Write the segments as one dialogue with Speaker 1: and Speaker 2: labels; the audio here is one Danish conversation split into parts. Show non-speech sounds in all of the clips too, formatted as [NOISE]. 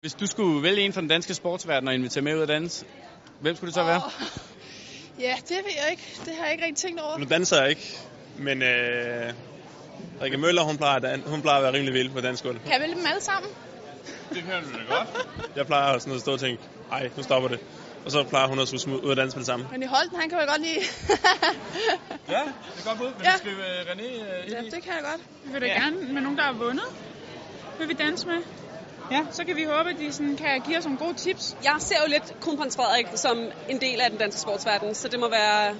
Speaker 1: Hvis du skulle vælge en fra den danske sportsverden og invitere med ud at danse, hvem skulle det så være?
Speaker 2: Ja, det ved jeg ikke. Det har jeg ikke rigtig tænkt over.
Speaker 3: Nu danser jeg ikke, men øh, Rikke Møller, hun plejer, at dan- hun plejer at være rimelig vild på dansk gulv.
Speaker 2: Kan jeg vælge dem alle sammen?
Speaker 1: Det hører du da godt.
Speaker 3: Jeg plejer sådan at stå og tænke, ej, nu stopper det. Og så plejer hun at skulle smide ud og danse med det samme.
Speaker 2: Men i Holden, han kan jeg godt
Speaker 4: [LAUGHS]
Speaker 2: lide.
Speaker 1: Ja, det er godt bud. Vil
Speaker 2: Ja.
Speaker 1: du skrive øh, René øh,
Speaker 2: ja,
Speaker 1: ind i?
Speaker 2: det kan jeg godt.
Speaker 4: Vi vil da ja. gerne med nogen, der har vundet. Vil vi danse med? Ja. Så kan vi håbe, at de sådan kan give os nogle gode tips.
Speaker 5: Jeg ser jo lidt kronprins Frederik som en del af den danske sportsverden, så det må være...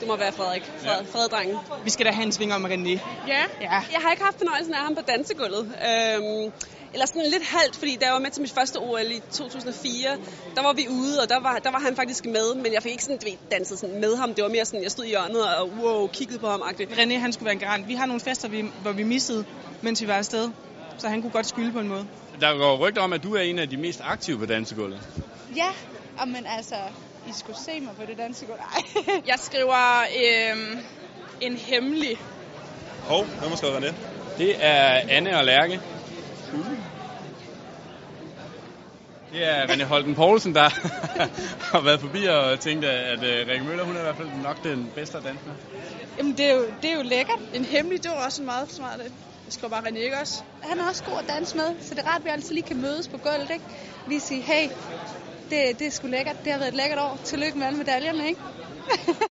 Speaker 5: Det må være Frederik. Fred, Frededrengen.
Speaker 6: Vi skal da have en sving om René.
Speaker 4: Ja.
Speaker 6: Ja.
Speaker 5: Jeg har ikke haft fornøjelsen af ham på dansegulvet. Øhm, eller sådan lidt halvt, fordi da jeg var med til mit første OL i 2004, der var vi ude, og der var, der var han faktisk med, men jeg fik ikke sådan, du ved, danset sådan med ham. Det var mere sådan, jeg stod i hjørnet og wow, kiggede på ham. -agtigt.
Speaker 6: René, han skulle være en garant. Vi har nogle fester, vi, hvor vi missede, mens vi var afsted. Så han kunne godt skylde på en måde.
Speaker 1: Der går rygter om, at du er en af de mest aktive på dansegulvet.
Speaker 7: Ja, og men altså, I skulle se mig på det danske gulv. Ej.
Speaker 2: Jeg skriver øhm, en hemmelig.
Speaker 3: Hov, oh, hvem har skrevet René?
Speaker 1: Det er Anne og Lærke. Det er René Holten Poulsen, der [LAUGHS] har været forbi og tænkt, at øh, Rikke Møller, hun er i hvert fald nok den bedste at danse med.
Speaker 7: Jamen, det er, jo, det er jo lækkert.
Speaker 2: En hemmelig, det var også en meget smart en. Jeg skriver bare René, ikke også?
Speaker 7: Han er også god at danse med, så det er rart, at vi altid lige kan mødes på gulvet, ikke? Lige sige, hey, det, det er sgu lækkert. Det har været et lækkert år. Tillykke med alle medaljerne, ikke? [LAUGHS]